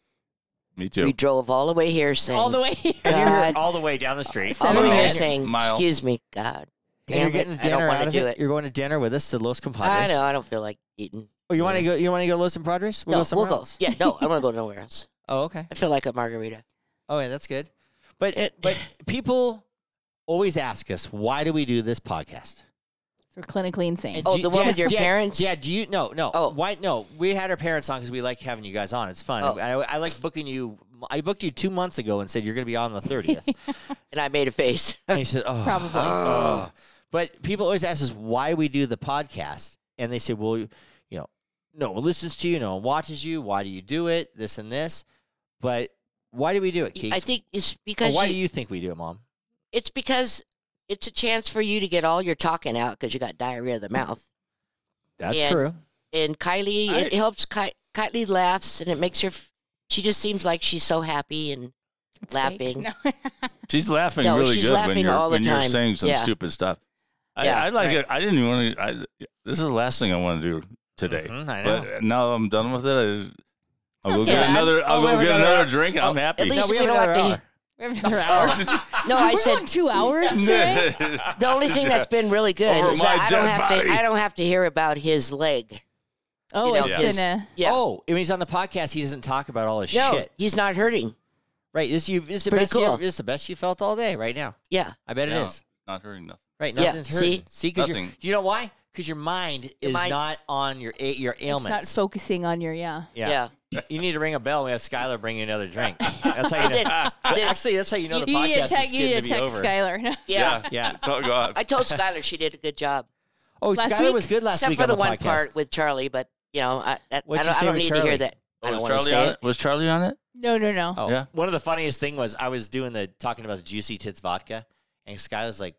C: Me
D: We
C: too.
D: drove all the way here, saying,
A: All the way here.
B: And you're
D: God,
B: all the way down the street.
D: all the way here,
A: minutes.
D: saying,
C: Mile.
D: excuse me, God.
B: and you're
D: Oh, Damn
B: getting
D: it, I
B: dinner
D: don't
B: out
D: want
B: of
D: to do
B: it.
D: it.
B: You're going to dinner with us to Los Compadres.
D: I know. I don't feel like eating.
B: Oh, you want to go? You want to go to Los Compadres? We'll
D: no,
B: go somewhere
D: we'll
B: else.
D: go. Yeah, no, I want to go nowhere else.
B: Oh, okay.
D: I feel like a margarita.
B: Oh, yeah, that's good. But
D: It-
B: but people always ask us why do we do this podcast?
A: We're clinically insane.
B: And
D: Oh,
B: do-
D: the one
B: yeah,
D: with your
B: yeah,
D: parents?
B: Yeah. Do you? No, no.
D: Oh.
B: why? No, we had our parents on because we like having you guys on. It's fun.
D: Oh.
B: I, I like booking you. I booked you two months ago and said you're going to be on the thirtieth.
D: And I made a face.
B: and he said, "Oh,
A: Probably.
B: oh." But people always ask us why we do the podcast, and they say, "Well, you know, no one listens to you, no one watches you. Why do you do it? This and this." But why do we do it, Keith?
D: I think it's
B: Or
D: because
B: why
D: you,
B: do you think we do it, Mom?
D: it's because it's a chance for you to get all your talking out because you got diarrhea of the mouth.
B: That's
D: And-
B: true.
D: And Kylie, it
C: I-
D: helps. Ky- Kylie laughs, and it makes her. f- She just seems like she's so happy, and
A: It's
D: laughing.
A: fake. No.
C: She's laughing
D: No,
C: really
D: she's
C: good
D: laughing
C: when you're
D: all the
C: when
D: time.
C: you're saying some
D: Yeah.
C: stupid stuff. I,
D: Yeah,
C: I like it. I didn't even want to. I, this is the last thing I want to do today.
B: Mhm, I know.
C: But now I'm done with it. I, I'll go
A: Sounds
C: get
A: bad.
C: another. I'll
B: Oh,
C: go
B: wait,
C: get
B: wait, wait, Oh.
C: another
B: wait.
C: drink. I'm happy.
D: Oh, at least we don't
B: another
D: have to
B: hour.
A: We have another hour.
D: no, I
A: We're
D: said
A: on two hours today.
D: the only thing that's been really good
C: Over
D: is that
C: my
D: I don't
C: dead
D: have
C: body.
D: to. I don't have to hear about his leg.
A: Oh,
D: You know,
A: it's
D: his-
A: gonna.
D: Yeah.
B: Oh, and when he's on the podcast, he doesn't talk about all his
D: no,
B: shit.
D: he's not hurting.
B: Right. This you this is the
D: Pretty
B: best you-
D: cool.
B: this is the best you felt all day right now.
D: Yeah.
B: I bet
C: No,
B: it is.
C: Not hurting nothing.
B: Right,
D: Yeah,
B: nothing's hurting. See, because you
C: Nothing.
B: you know why? Because your mind is
D: mind-
B: not on your a- your
A: It's not
B: ailments.
A: focusing on your yeah.
D: Yeah.
B: You need to ring a bell. and We have Skylar bring you another drink. That's how you
D: I
B: know.
D: did.
B: But
D: did-
B: Actually, that's how you know the
A: You need to
B: podcast
A: text.
B: is
A: You need
B: getting
A: to
B: to be
A: text
B: over.
A: Skylar.
D: yeah.
B: Yeah.
C: It's all gone.
D: I told Skylar she did a good job,
B: Oh,
A: Last
B: Skylar
A: week?
B: was good last
D: except
B: week
D: for
B: on
D: the,
B: the,
D: one
B: podcast.
D: part with Charlie. But you know, I, I, I
B: What'd she
D: don't, I
B: say
D: don't
B: with
D: need to
B: Charlie?
D: hear that. I don't
C: was
D: want to
C: Charlie
D: say
C: on
D: it.
C: it? Was Charlie on it?
A: No, no, no.
B: Oh,
C: Yeah.
B: One of the funniest thing was I was doing the talking about the juicy tits vodka, and Skylar's like,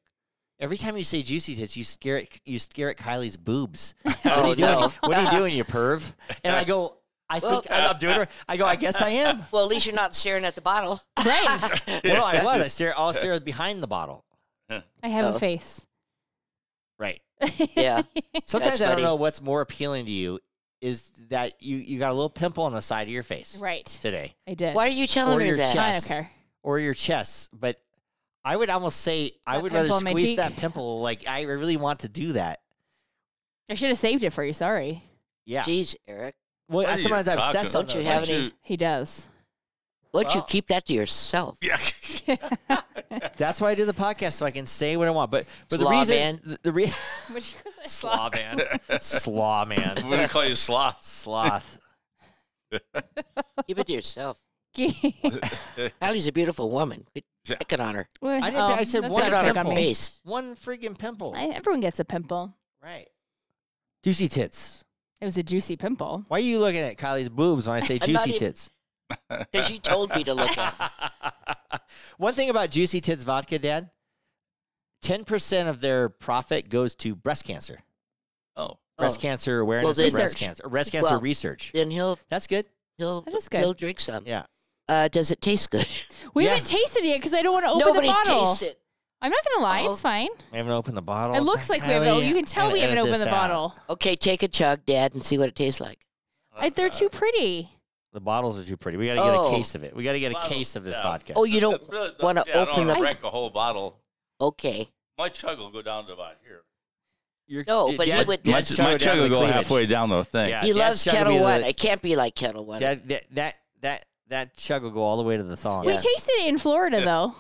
B: "Every time you say juicy tits, you scare it, you scare at Kylie's boobs. what are
D: Oh,
B: you doing?
D: no.
B: What are you doing, you perv?" And I go, "I
D: Well-
B: think I'm doing it. I go, "I guess I am."
D: Well, at least you're not staring at the bottle.
B: well, I was. I stare. I'll stare behind the bottle.
A: I have
D: Oh.
A: a face.
B: Right.
D: Yeah.
B: Sometimes
D: That's
B: I don't
D: funny.
B: know what's more appealing to you is that you you got a little pimple on the side of your face
A: Right.
B: today,
A: I did.
D: Why are you telling
B: Or
D: her
B: your
D: that?
B: chest.
A: I don't
B: Yes.
A: care.
B: or your chest. But I would almost say I
A: That
B: would rather
A: pimple on my
B: squeeze
A: cheek?
B: that pimple. Like I really want to do that.
A: I should have saved it for you. Sorry.
B: Yeah.
D: Jeez, Eric,
B: Well,
C: What
B: I
C: are you
B: sometimes I'm
C: talking
B: obsessed on
D: about? Don't
B: those.
D: you have
B: Like,
D: any-
A: He does.
D: why'd you
C: Well-
D: keep that to yourself?
C: Yeah.
B: That's why I do the podcast so I can say what I want. But but
D: Slaw
B: the reason
D: man.
B: the, the re-
A: Would you go
B: slaw man, slaw man,
C: We're gonna call you sloth.
B: sloth.
D: Keep it to yourself.
A: What?
D: Kylie's a beautiful woman. Quit picking on her.
B: I didn't.
A: Oh,
B: I said
A: that's
B: one
A: not
D: on
A: a
D: her
A: pick on me.
D: face.
B: One freaking pimple.
A: I, everyone gets a pimple.
B: Right. Juicy tits.
A: It was a juicy pimple.
B: Why are you looking at Kylie's boobs when I say
D: I'm not
B: juicy
D: even-
B: tits?
D: Because you told me to look at.
B: One thing about Juicy Tits Vodka, Dad, 10% of their profit goes to breast cancer,
C: Oh,
B: breast
D: Oh,
B: cancer awareness,
D: Well,
B: and breast
A: research.
B: cancer, or breast cancer
D: Well-
B: research.
D: Then he'll
B: That's good.
D: he'll
A: That is good.
D: he'll drink some.
B: Yeah.
D: Uh, does it taste good?
A: We
B: Yeah.
A: haven't tasted it yet because I don't want to open
D: Nobody
A: the bottle.
D: tastes it.
A: I'm not gonna lie,
D: Oh.
A: it's fine.
B: I haven't opened the bottle.
A: It looks like we haven't. oh, You can tell we haven't opened the bottle.
D: Okay, take a chug, Dad, and see what it tastes like.
A: I,
C: Uh,
A: they're
B: Uh,
A: too pretty.
B: The bottles are too pretty. We got to get
D: Oh.
B: a case of it. We got to get a
C: Bottle,
B: case of this
C: yeah.
B: vodka.
D: Oh, you don't. wanna open
C: up.
D: the-
C: wreck a whole bottle.
D: Okay.
C: My chug will go down to about here.
B: Your-
D: no,
B: Dad-
D: but he
B: Dad's-
D: would-
C: My,
B: Dad's
C: ch-
B: show
C: my
B: would
C: chug will
B: have the
C: go
B: cleavage.
C: halfway down the thing.
B: Yeah,
D: He
B: Dad's
D: loves
B: chug will
D: Kettle
B: be
D: One.
B: the-
D: I can't be like Kettle One.
B: That, that that that that chug will go all the way to the thong.
A: We tasted it in Florida though.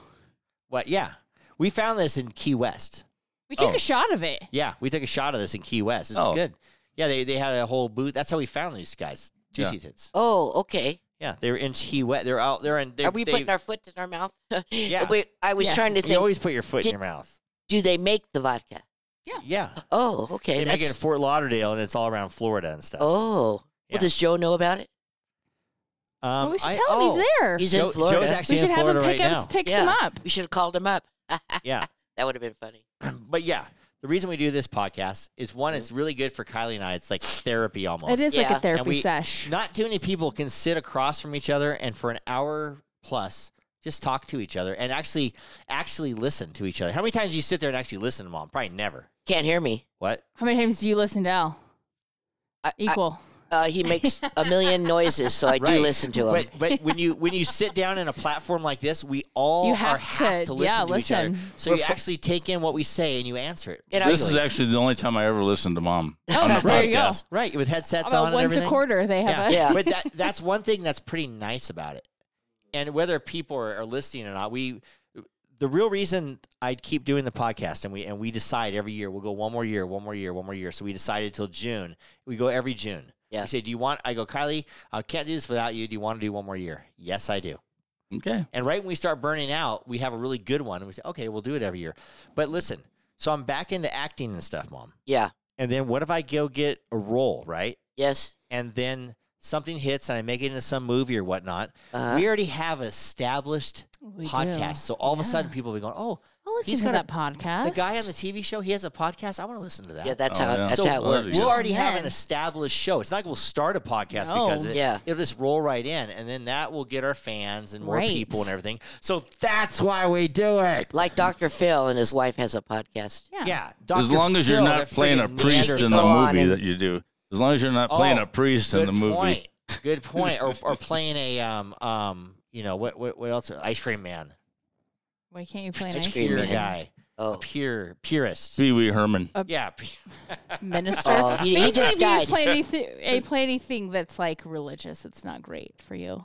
B: But yeah, we found this in Key West.
A: We took
B: Oh.
A: a shot of it.
B: Yeah, we took a shot of this in Key West. It's
C: Oh.
B: good. Yeah, they, they had a whole booth. That's how we found these guys. Juicy tits.
D: oh, okay.
B: Yeah, they were in Key West. They're out. They're in. They,
D: Are we
B: they,
D: putting our foot in our mouth?
B: Yeah.
D: Wait, I was
A: Yes.
D: trying to
B: You
D: think.
B: always put your foot
D: Did-
B: in your mouth.
D: do they make the vodka?
B: Yeah,
D: Oh,
B: they
D: okay.
B: make it in
D: That's,
B: Fort Lauderdale, and it's all around Florida and stuff.
D: oh.
B: Yeah.
D: Well, does Joe know about it?
B: um,
A: Well, we should
B: I-
A: tell him
B: oh,
A: he's there.
D: He's
B: Joe,
D: in Florida.
B: Joe's
A: we
B: actually
A: should
B: in
A: have him
B: Florida
A: pick
B: right
A: us
B: now.
A: pick him
D: Yeah.
A: up.
D: We should have called him up.
B: Yeah,
D: That would have been funny.
B: but yeah, the reason we do this podcast is one, it's really good for Kylie and I. It's like therapy almost.
A: It is like
D: Yeah.
A: a
D: And
A: therapy
B: we-
A: sesh.
B: Not too many people can sit across from each other and for an hour plus just talk to each other and actually actually listen to each other. How many times do you sit there and actually listen to mom? Probably never.
D: Can't hear me.
B: What?
A: How many times do you listen to Al?
B: Uh,
D: I, I-
A: Equal.
D: uh, he makes a million noises, so I
B: Right.
D: do listen to him.
B: But but when you when you sit down in a platform like this, we all
A: You
B: are
A: have
B: have
A: to-
B: to listen
A: yeah,
B: to each other.
A: listen.
B: So
D: We're
B: you
D: fu-
B: actually take in what we say and you answer it.
D: And I-
C: This is actually the only time I ever listened to mom.
B: Oh,
C: on the
A: Oh, there you go.
C: podcast.
B: Right, with headsets on
A: About
B: and
A: once
B: everything.
A: a quarter they have
D: Yeah.
A: a
B: but that that's one thing that's pretty nice about it. And whether people are, are listening or not, we the real reason I keep doing the podcast and we and we decide every year we'll go one more year, one more year, one more year. So we decided till June. We go every June.
D: Yeah.
B: We say, do you want? I go, Kylie, I can't do this without you. Do you want to do one more year? Yes, I do.
C: Okay.
B: And right when we start burning out, we have a really good one, and we say, okay, we'll do it every year. But listen, so I'm back into acting and stuff, mom.
D: yeah.
B: And then what if I go get a role, right?
D: Yes.
B: and then something hits and I make it into some movie or whatnot,
D: Uh,
B: we already have established
A: We do.
B: podcasts. So all of a
A: Yeah.
B: sudden, people will be going, "Oh,
A: I'll listen
B: He's
A: to
B: got a-
A: that podcast.
B: the guy on the TV show, he has a podcast. I want to listen to that."
D: yeah, that's
C: Oh,
D: how
C: yeah.
D: that's
B: So
D: how it
C: well,
D: works.
B: We'll already
A: Yeah.
B: have an established show. It's not like we'll start a podcast
A: No.
B: because of it.
D: Yeah.
B: it'll just roll right in, and then that will get our fans and more
A: Right.
B: people and everything. So that's why we do it.
D: Like Dr. Phil and his wife has a podcast.
A: yeah.
B: Yeah,
C: As
B: Dr.
C: long as you're
B: Phil,
C: not
B: that
C: playing a
B: friggin'
C: priest
B: Neanderthal-
C: in the
D: Go on
C: movie
D: and-
C: that you do. As long as you're not playing
B: Oh,
C: a priest in
B: Good
C: the movie.
B: Point. Good point. or, or playing a um um you know what what what else? Ice cream man.
A: Why can't you play an
D: Ice
A: ice
D: cream
B: Pure
D: man.
B: guy.
D: Oh,
B: Pure purist.
C: Pee Wee Herman.
B: yeah.
A: minister?
D: Oh, he- he
A: Basically,
D: just
A: if you
D: died.
A: play anything, eh, play anything that's like religious, it's not great for you.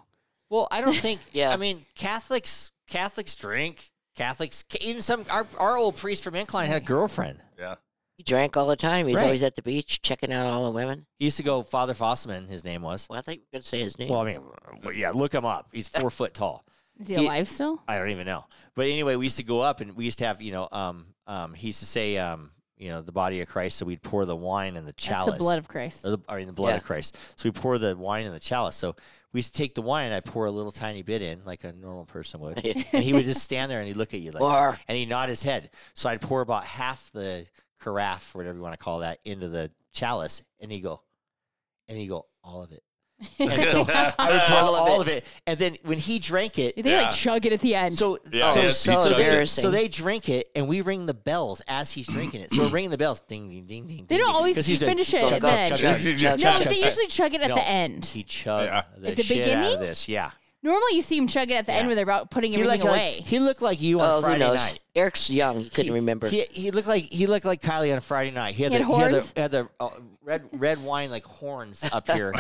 B: Well, I don't think.
D: Yeah.
B: I mean, Catholics. Catholics drink. Catholics. Even some our, our old priest from Incline had a girlfriend.
C: Yeah.
D: he drank all the time. He's
B: Right.
D: always at the beach checking out all the women.
B: He used to go Father Fossman. His name was.
D: Well, I think we're gonna say his name.
B: Well, I mean, well, yeah. Look him up. He's four foot tall.
A: Is he
B: He-
A: alive still?
B: I don't even know. But anyway, we used to go up and we used to have you know um um he used to say um you know the body of Christ. So we'd pour the wine in the chalice.
A: That's the blood of Christ.
B: or the, I mean, the blood
D: Yeah.
B: of Christ. So we pour the wine in the chalice. So we used to take the wine, and I pour a little tiny bit in, like a normal person would. and he would just stand there and he'd look at you like,
D: or
B: and he'd nod his head. So I'd pour about half the carafe, whatever you want to call that, into the chalice, and he'd go, and he'd go, all of it. And so I would pour all,
D: All of
B: of it. And then when he drank it,
A: they
C: Yeah.
A: like chug it at the end.
B: so
C: Yeah,
B: so,
C: yeah, he
D: so
B: so
C: chugged it.
B: they
D: embarrassing.
B: so they drink it, and we ring the bells as he's drinking it. So we're ringing the bells, ding ding ding ding.
A: they
B: ding,
A: don't
B: ding,
A: always
B: 'cause he's a-
A: finish it
D: Chug,
A: at
D: chug,
A: the end.
D: chug, chug, chug,
A: No,
D: chug,
A: but they
D: chug.
A: usually chug it at
B: No.
A: the end.
B: He chugged
C: Yeah.
B: the,
A: At the
B: shit out of
A: beginning?
B: this. Yeah,
A: Normally, you see him chug it at the
B: Yeah.
A: end when they're about putting everything
B: looked like
A: away.
B: he looked like you on
D: oh, who
B: Friday
D: knows?
B: night.
D: Eric's young. He couldn't
B: He-
D: remember.
B: He, he looked like he looked like Kylie on Friday night. He had,
A: He
B: the,
A: had
B: he had
A: horns?
B: the, had the uh, red red wine like horns up here.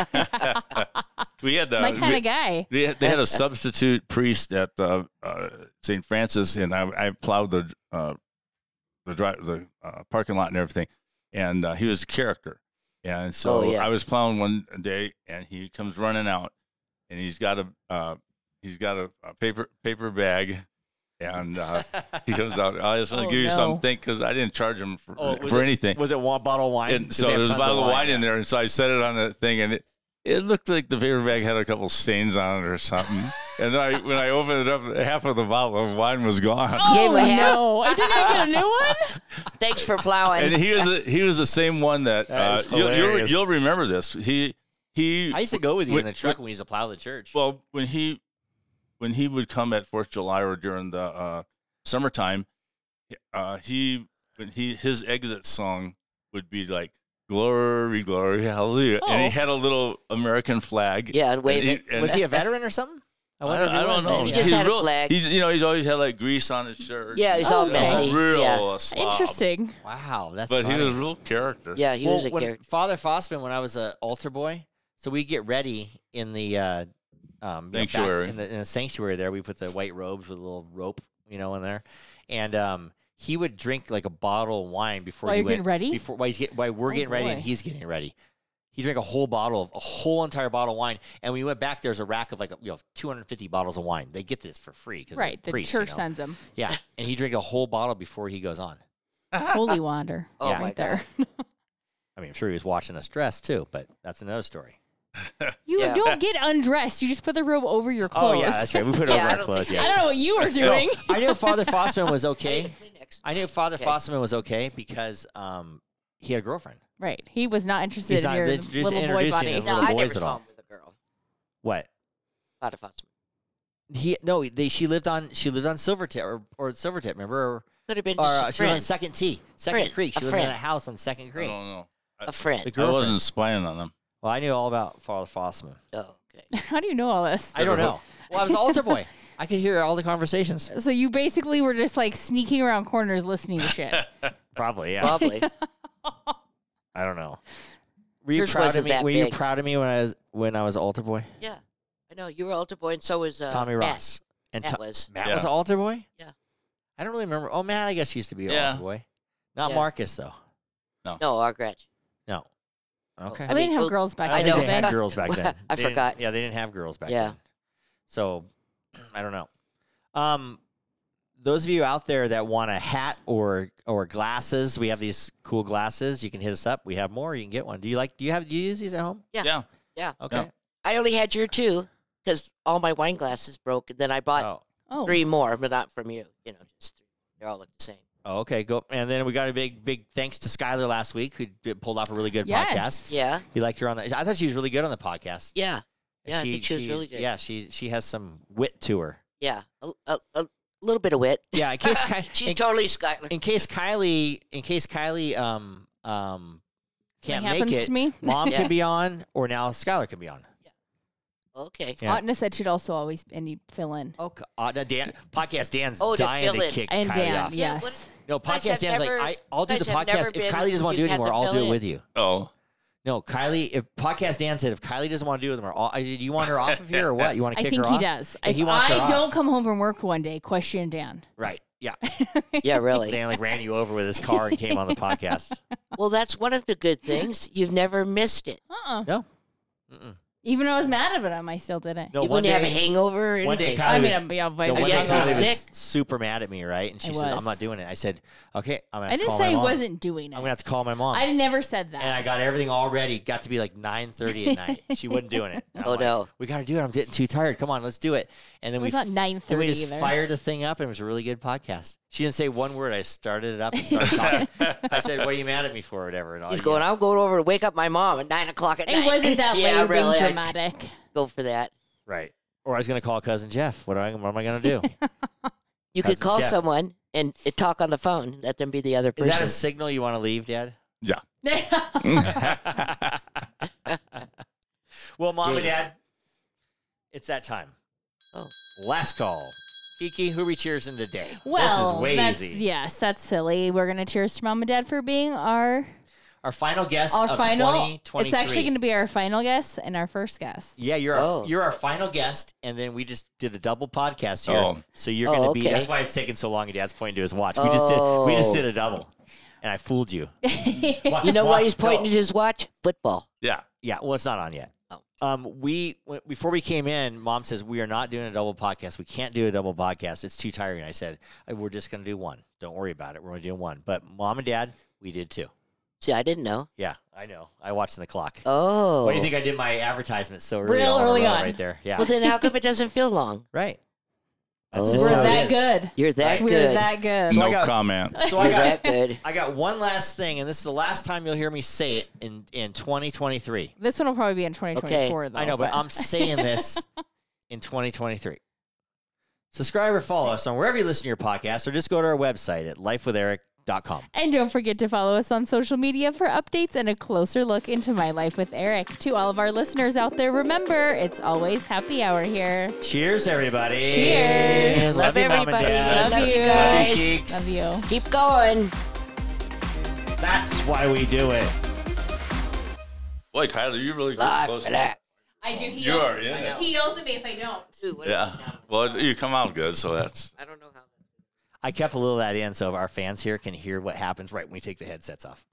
C: We had uh,
A: My kind
C: we-
A: of guy.
C: They had, they had a substitute priest at uh, uh, St. Francis, and I, I plowed the uh, the drive, the uh, parking lot and everything. And uh, he was a character, and so
D: Oh, yeah.
C: I was plowing one day, and he comes running out, and he's got a uh, he's got a, a paper paper bag, and uh, he comes out. I just want to
A: Oh,
C: give you
A: no.
C: something because I didn't charge him for,
B: Oh, was
C: for
B: it-
C: anything.
B: Was it one bottle of wine?
C: And
B: 'Cause
C: so
B: they have
C: there was a
B: tons
C: bottle of wine in there, and so I set it on that thing, and it, it looked like the paper bag had a couple stains on it or something. and I, when I opened it up, half of the bottle of wine was gone.
D: Gave
A: Oh
D: him a hat.
A: no! I didn't I get a new one.
D: Thanks for plowing.
C: And he was the- he was the same one that,
B: That
C: uh,
B: is
C: you'll, you'll
B: hilarious.
C: you'll remember this. He he
B: I used to go with you in
C: Wait,
B: the truck when we used to plow the church.
C: well when he when he would come at Fourth of July or during the uh, summertime, uh, he when he his exit song would be like "Glory, Glory, Hallelujah," and
A: Oh.
C: he had a little American flag.
D: Yeah, and wave
C: and he-
D: it.
C: and-
B: was he a veteran or something?
C: I
B: wonder
C: don't,
B: if he
C: I
B: was,
C: don't know.
B: maybe.
D: He just
C: He's
D: had a flag.
C: He's, you know, he's always had like grease on his shirt.
D: Yeah, he's all
A: Okay.
D: messy.
C: He's a real uh,
D: Yeah,
C: slob.
A: Interesting.
B: Wow, that's
C: But he
B: funny.
C: was a real character.
D: yeah, he
B: Well,
D: was a
B: when
D: character.
B: Father Fossman, when I was an altar boy, so we get ready in the uh, um, you know, back
C: Sanctuary.
B: in, the, in the sanctuary there. We put the white robes with a little rope, you know, in there, and um, he would drink like a bottle of wine before
A: While
B: he
A: you're
B: went
A: getting ready?
B: Before while, he's get, while we're
A: Oh,
B: getting ready and
A: boy.
B: he's getting ready. He drank a whole bottle of a whole entire bottle of wine, and we went back. There's a rack of like you know 250 bottles of wine. They get this for free, 'cause they're
A: Right. The
B: priests, you
A: church
B: know?
A: sends him.
B: Yeah, and he drank a whole bottle before he goes on.
A: Holy wander.
D: Oh
B: yeah.
D: my
A: right there.
B: I mean, I'm sure he was watching us dress too, but that's another story.
A: You
D: Yeah.
A: don't get undressed. You just put the robe over your
B: Oh
A: clothes.
B: yeah, that's right. We put it
D: Yeah,
B: over
D: I
B: our
D: don't
B: clothes.
A: I
B: Yeah.
A: don't know what you were doing.
B: I knew Father Fossman was okay.
D: Kleenex.
B: I knew Father
D: Okay.
B: Fossman was okay because um, he had a girlfriend.
A: Right. He was not interested
B: He's
A: in
B: not
A: your
B: just
A: little boy
B: introducing
A: body.
B: him.
D: No,
B: little
D: I
B: boys
D: never
B: at
D: saw
B: all.
D: him with a girl.
B: What?
D: Father Fossman.
B: He no, they she lived on she lived on Silvertip or, or Silvertip. Remember,
D: Could have been
B: or, or
D: just
B: uh,
D: a
B: she lived on
D: friend.
B: Second T, Second
D: Friend.
B: Creek.
D: A
B: She lived in
D: friend.
B: a house on Second
C: I
B: Creek.
C: don't know.
D: A friend.
B: The
C: I
B: girlfriend.
C: wasn't spying on him.
B: Well, I knew all about Father Fossman.
D: Oh, okay.
A: How do you know all this?
B: I don't
C: Never-
B: know. Well, I was an altar boy. I could hear all the conversations.
A: So you basically were just like sneaking around corners listening to shit.
B: Probably, yeah.
D: Probably.
B: I don't know. Were you
D: Church
B: proud of
D: wasn't
B: me?
D: that
B: Were you
D: big.
B: proud of me when I was when I was altar boy?
D: yeah. I know. You were altar boy, and so was uh,
B: Tommy
D: Matt.
B: Ross and
D: Matt
B: To-
D: was.
B: Matt
C: Yeah.
B: was an altar boy.
D: Yeah.
B: I don't really remember. Oh, Matt, I guess used to be an
C: Yeah.
B: altar boy. Not
D: Yeah.
B: Marcus though.
D: No, our Gretch.
B: No. Okay.
A: I mean, have
D: well,
A: girls back
D: Oh. I
A: then.
B: don't think
D: know.
B: they had
A: but-
B: girls back then. They
D: I
B: didn't-
D: forgot.
B: Yeah, they didn't have girls back
D: Yeah.
B: then. So, I don't know. Um, those of you out there that want a hat or or glasses, we have these cool glasses. You can hit us up. We have more. You can get one. Do you like? Do you have? Do you use these at home?
D: Yeah.
C: Yeah.
B: Okay.
C: Yeah.
D: I only had your two because all my wine glasses broke, and then I bought
B: Oh.
A: Oh,
D: three more, but not from you. You know, just three. They all look the same.
B: Oh, okay. Go. And then we got a big, big thanks to Skylar last week who d- pulled off a really good
A: Yes.
B: podcast.
D: Yeah.
B: We liked her on the. I thought she was really good on the podcast.
D: Yeah. Yeah, I think she was
B: she's-
D: really good.
B: Yeah, she she has some wit to her.
D: Yeah. A, a, a little bit of wit.
B: Yeah, in case Ky-
D: She's
B: in,
D: totally Skylar.
B: in case Kylie in case Kylie um um can't
A: Something
B: make
A: happens
B: it,
A: to me.
B: mom
D: Yeah.
B: can be on, or now Skylar can be on.
D: Okay.
B: Yeah.
A: Otna said she'd also always and you fill in.
B: Okay, uh, Dan podcast Dan's
D: Oh, to
B: dying to,
D: fill in.
B: kick
A: And
B: Kylie
A: Dan,
B: off.
D: Yeah,
A: yes.
D: what-
B: No,
D: guys
B: podcast
D: have
B: Dan's
D: never-
B: like I, I'll do
D: you
B: the
D: guys have never
B: podcast. If
D: been-
B: Kylie doesn't want to do
D: you've
B: it
D: had to
B: anymore, I'll do
D: fill
B: it
D: in.
B: with you.
C: Oh.
B: No, Kylie. If podcast Dan said if Kylie doesn't want to do it with them, or all, do you want her off of here or what? You want to
A: I
B: kick
A: think
B: her
A: he
B: off?
A: does.
B: Yeah,
A: If
B: he wants her
A: I
B: off.
A: don't come home from work one day, question Dan.
B: Right. Yeah.
D: Yeah, really.
B: Dan like ran you over with his car and came on the podcast.
D: Well, that's one of the good things. You've never missed it.
A: Uh-uh.
B: No. Mm-mm.
A: Even though I was mad about him, I still did it.
B: No.
D: you
B: one
D: wouldn't have a
B: day,
D: hangover or
B: one day
D: anything.
B: Kylie
A: I mean,
B: was-
A: I'm, yeah, but
B: no, one
D: Yeah,
B: day
D: he was
B: Kylie was
D: sick.
B: super mad at me, right? And she
A: I
B: said, "I'm
A: was.
B: not doing it." I said, "Okay, I'm gonna."
A: I
B: have to
A: didn't
B: call
A: say
B: my
A: he
B: mom.
A: wasn't doing it.
B: I'm gonna have to call my mom.
A: I never said that.
B: and I got everything all ready. Got to be like 9:30 at night. She wasn't doing it. And I'm
D: Oh,
B: like,
D: no.
B: We got to do it. I'm getting too tired. Come on, let's do it. And
A: it
B: then we
A: was not
B: f-
A: nine
B: And we
A: thirty
B: just
A: either.
B: fired the thing up, and it was a really good podcast. She didn't say one word. I started it up and started talking. I said, "What are you mad at me for?" Or whatever. And all,
D: He's
B: you
D: going,
B: know.
D: I'm going over to wake up my mom at 9 o'clock at night.
A: It wasn't that way.
D: yeah,
A: You're being
D: really. I'd
A: dramatic.
D: go for that.
B: right. Or I was going to call cousin Jeff. What, am I- what am I going to do?
D: You could
B: Cousin
D: call
B: Jeff.
D: someone and uh, talk on the phone. Let them be the other
B: Is that
D: person.
B: a signal you want to leave, Dad? Well, Mom and Dad, it's that time.
D: Oh.
B: Last call. Kiki, who are we cheersing today?
A: well,
B: this is way
A: that's,
B: easy.
A: yes, that's silly. We're gonna cheers to mom and dad for being our
B: Our final guest
A: our
B: of
A: final.
B: 2023.
A: It's actually gonna be our final guest and our first guest.
B: Yeah, you're our,
D: Oh.
B: you're our final guest, and then we just did a double podcast here,
C: Oh.
B: so you're
D: Oh,
B: going to be.
D: okay.
B: That's why it's taking so long. And Dad's pointing to his watch. We just did we just
D: Oh.
B: did a double, and I fooled you. Wha-
D: you know
B: wha-
D: why he's
B: no.
D: pointing to his watch? Football.
C: Yeah.
B: Yeah, well, it's not on yet.
D: Oh.
B: Um, we w- before we came in, Mom says we are not doing a double podcast. We can't do a double podcast. It's too tiring. I said "Uh, we're just going to do one. Don't worry about it. We're only doing one. But Mom and Dad, we did two.
D: See, I didn't know.
B: Yeah, I know. I watched the clock.
D: Oh.
B: Why do you think I did my advertisement so early?
A: Real
B: on the
A: early
B: road
A: on.
B: right there. Yeah,
D: Well, then how come it doesn't feel long?
B: right.
D: Oh.
B: just
A: We're
B: how it
A: that
B: is.
A: good.
D: You're that
A: We're
D: good.
A: that good.
B: So I
C: no
B: got-
C: comment.
B: So
D: You're
B: I got
D: that good.
B: I got one last thing, and this is the last time you'll hear me say it in, in 2023.
A: This one will probably be in 2024, though.
B: I know, but I'm saying this in 2023. Subscribe or follow us on wherever you listen to your podcast, or just go to our website at lifewitheric.com.
A: And don't forget to follow us on social media for updates and a closer look into my life with Eric. To all of our listeners out there, remember it's always happy hour here.
B: Cheers, everybody.
A: Cheers.
D: Love
B: you, Mom and
D: everybody.
B: Dad.
A: Love Love you you.
B: Love you,
D: guys.
B: geeks.
A: Love you.
D: Keep going.
B: That's why we do it.
C: Boy, Kyler, you really
D: Live
C: close.
D: and act.
A: I do. He
C: You are in it.
A: He yells at me if I don't.
D: Ooh, what is
C: Yeah.
D: it sound?
C: Well, it's- you come out good, so that's.
D: I don't know how.
B: I kept a little of that in so our fans here can hear what happens right when we take the headsets off.